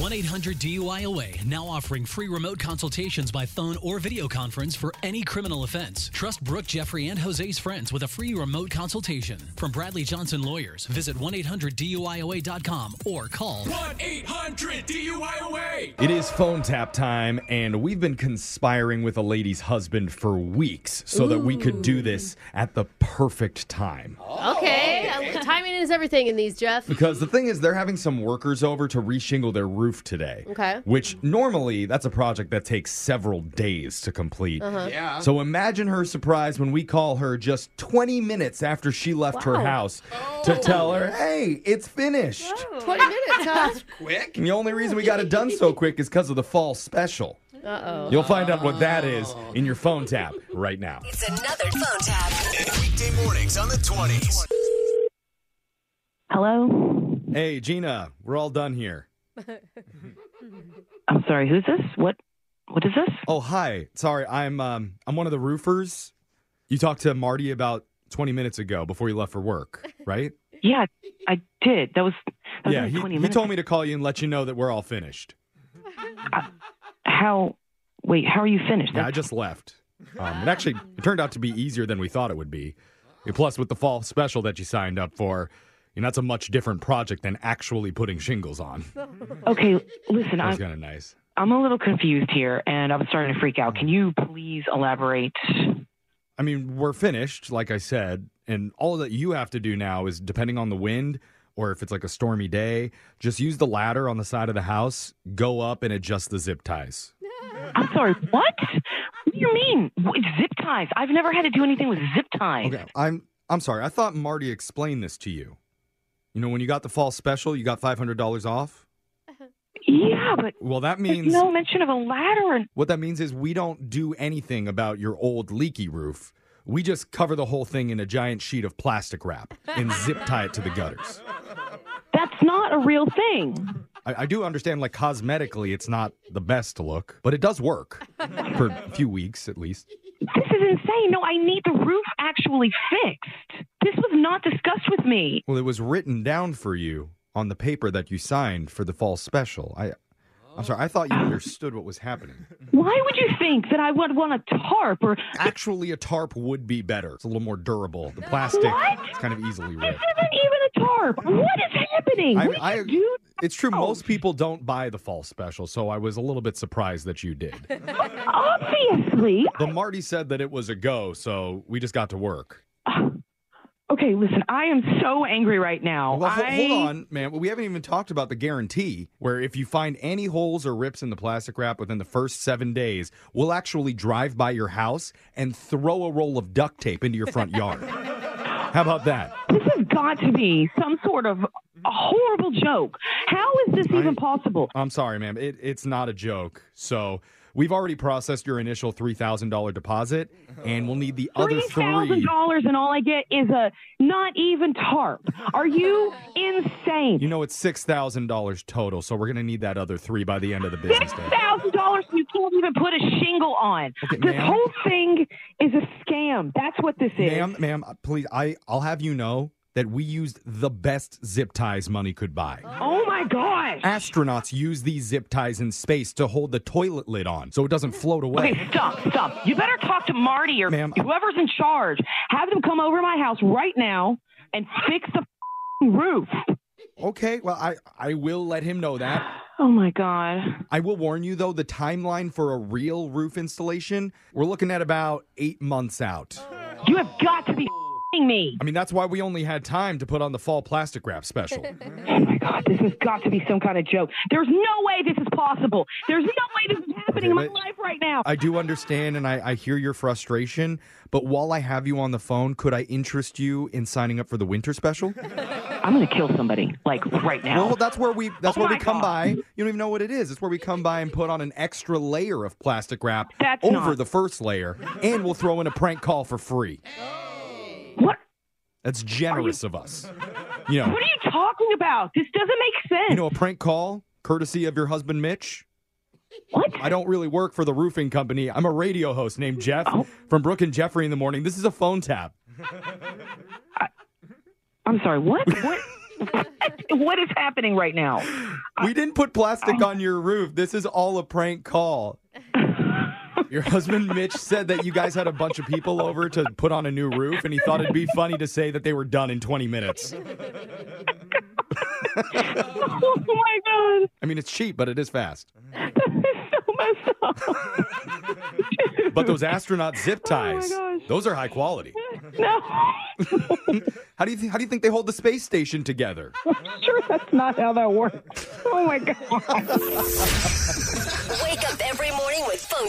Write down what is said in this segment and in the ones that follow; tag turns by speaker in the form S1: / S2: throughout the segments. S1: 1 800 DUIOA now offering free remote consultations by phone or video conference for any criminal offense. Trust Brooke, Jeffrey, and Jose's friends with a free remote consultation. From Bradley Johnson Lawyers, visit 1 800 DUIOA.com or call
S2: 1 800 DUIOA.
S3: It is phone tap time, and we've been conspiring with a lady's husband for weeks so that we could do this at the perfect time.
S4: Okay. Uh, Timing is everything in these, Jeff.
S3: Because the thing is, they're having some workers over to reshingle their roof today.
S4: Okay.
S3: Which normally, that's a project that takes several days to complete.
S4: Uh-huh.
S5: Yeah.
S3: So imagine her surprise when we call her just 20 minutes after she left her
S4: Wow. Oh.
S3: house to tell her, hey, it's finished.
S4: 20 minutes, huh?
S5: Quick.
S3: And the only reason we got it done so quick is because of the fall special.
S4: Uh oh.
S3: You'll find out what that is in your phone tap right now.
S6: It's another phone tap.
S2: Weekday mornings on the 20s.
S7: Hello.
S3: Hey, Gina, we're all done here.
S7: I'm sorry. Who's this? What? What is this?
S3: Oh, hi. Sorry, I'm um I'm one of the roofers. You talked to Marty about 20 minutes ago before you left for work, right?
S7: Yeah, I did. That was. That was
S3: yeah,
S7: only
S3: he,
S7: 20
S3: he
S7: minutes.
S3: told me to call you and let you know that we're all finished.
S7: How? Wait. How are you finished?
S3: Yeah, I just left. Um, it actually it turned out to be easier than we thought it would be. And Plus, with the fall special that you signed up for, you know, that's a much different project than actually putting shingles on.
S7: okay. Listen,
S3: That was
S7: I'm
S3: kind of nice.
S7: I'm a little confused here, and I'm starting to freak out. Can you please elaborate?
S3: I mean, we're finished, like I said, and all that you have to do now is, depending on the wind or if it's like a stormy day, just use the ladder on the side of the house, go up and adjust the zip ties.
S7: I'm sorry. What? What do you mean? What- Zip ties? I've never had to do anything with zip ties.
S3: Okay, I'm I'm sorry. I thought Marty explained this to you. You know, when you got the fall special, you got five hundred dollars off.
S7: Yeah, but
S3: Well, that
S7: there's
S3: means
S7: no mention of a ladder. And
S3: what that means is we don't do anything about your old leaky roof. We just cover the whole thing in a giant sheet of plastic wrap and zip tie it to the gutters.
S7: that's not a real thing.
S3: I, I do understand, like cosmetically, it's not the best look, but it does work for a few weeks at least.
S7: This is insane. No, I need the roof actually fixed. This was not discussed with me.
S3: Well, it was written down for you on the paper that you signed for the fall special. I, I'm sorry, I thought you understood what was happening.
S7: Why would you think that I would want a tarp or
S3: Actually, a tarp would be better. It's a little more durable. The plastic
S7: What?
S3: it's kind of easily
S7: this
S3: ripped.
S7: isn't even a tarp? What is happening?
S3: I-
S7: What
S3: I-
S7: do-
S3: It's true. Most people don't buy the fall special, so I was a little bit surprised that you did.
S7: obviously.
S3: But Marty said that it was a go, so we just got to work.
S7: Okay, listen, I am so angry right now.
S3: Well, ho-
S7: I-
S3: hold on, man. We haven't even talked about the guarantee, where if you find any holes or rips in the plastic wrap within the first seven days, we'll actually drive by your house and throw a roll of duct tape into your front yard. How about that?
S7: This is got to be some sort of a horrible joke. How is this even possible?
S3: I'm sorry, ma'am. It, it's not a joke. So we've already processed your initial three thousand dollar deposit, and we'll need the other
S7: Three thousand
S3: three.
S7: dollars and all I get is a not even tarp. Are you insane?
S3: You know it's six thousand dollars total, so we're gonna need that other three by the end of the
S7: Six
S3: business day.
S7: thousand dollars and you can't even put a shingle on. this
S3: ma'am.
S7: whole thing is a scam. That's what this is.
S3: Ma'am, ma'am, please, I, I'll have you know that we used the best zip ties money could buy.
S7: Oh my gosh.
S3: Astronauts use these zip ties in space to hold the toilet lid on so it doesn't float away.
S7: Okay, stop, stop. You better talk to Marty or whoever's in charge. Have them come over to my house right now and fix the f***ing roof.
S3: Okay, well, I, I will let him know that.
S7: Oh my God.
S3: I will warn you, though, the timeline for a real roof installation, we're looking at about eight months out.
S7: You have got to be me.
S3: I mean, that's why we only had time to put on the fall plastic wrap special.
S7: Oh my God, this has got to be some kind of joke. There's no way this is possible. There's no way this is happening in my
S3: Okay, but-
S7: life right now.
S3: I do understand and I, I hear your frustration, but while I have you on the phone, could I interest you in signing up for the winter special?
S7: I'm gonna kill somebody, like right now.
S3: Well, that's where we that's
S7: Oh
S3: where we
S7: my
S3: come
S7: God.
S3: by. You don't even know what it is. It's where we come by and put on an extra layer of plastic wrap
S7: That's
S3: over
S7: not-
S3: the first layer, and we'll throw in a prank call for free.
S7: What?
S3: That's generous of us. You know,
S7: What are you talking about? This doesn't make sense.
S3: you know, a prank call courtesy of your husband Mitch.
S7: What?
S3: I don't really work for the roofing company. I'm a radio host named Jeff from Brooke and Jeffrey in the morning. This is a phone tap.
S7: I'm sorry. What? What? what is happening right now?
S3: We didn't put plastic on your roof. This is all a prank call. Your husband Mitch said that you guys had a bunch of people over to put on a new roof, and he thought it'd be funny to say that they were done in 20 minutes.
S7: oh my God.
S3: I mean, it's cheap, but it is fast.
S7: So messed up.
S3: But those astronaut zip ties, those are high quality.
S7: No.
S3: How do you think? How do you think they hold the space station together?
S7: I'm sure that's not how that works. Oh my God.
S6: Wake up every morning with phone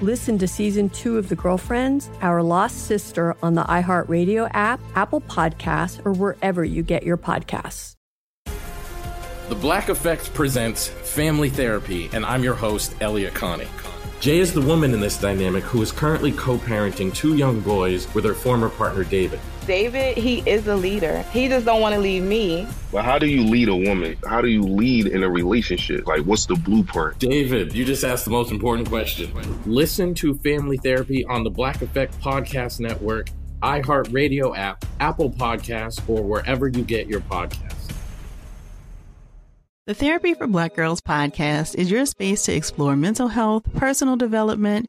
S8: Listen to season two of The Girlfriends, Our Lost Sister on the iHeartRadio app, Apple Podcasts, or wherever you get your podcasts.
S5: The Black Effect presents Family Therapy, and I'm your host, Elia Connie. Jay is the woman in this dynamic who is currently co parenting two young boys with her former partner, David.
S9: David, he is a leader. He just don't want to leave me.
S10: But how do you lead a woman? How do you lead in a relationship? Like, what's the blueprint?
S5: David, you just asked the most important question. Listen to Family Therapy on the Black Effect Podcast Network, iHeartRadio app, Apple Podcasts, or wherever you get your podcasts.
S11: The Therapy for Black Girls podcast is your space to explore mental health, personal development,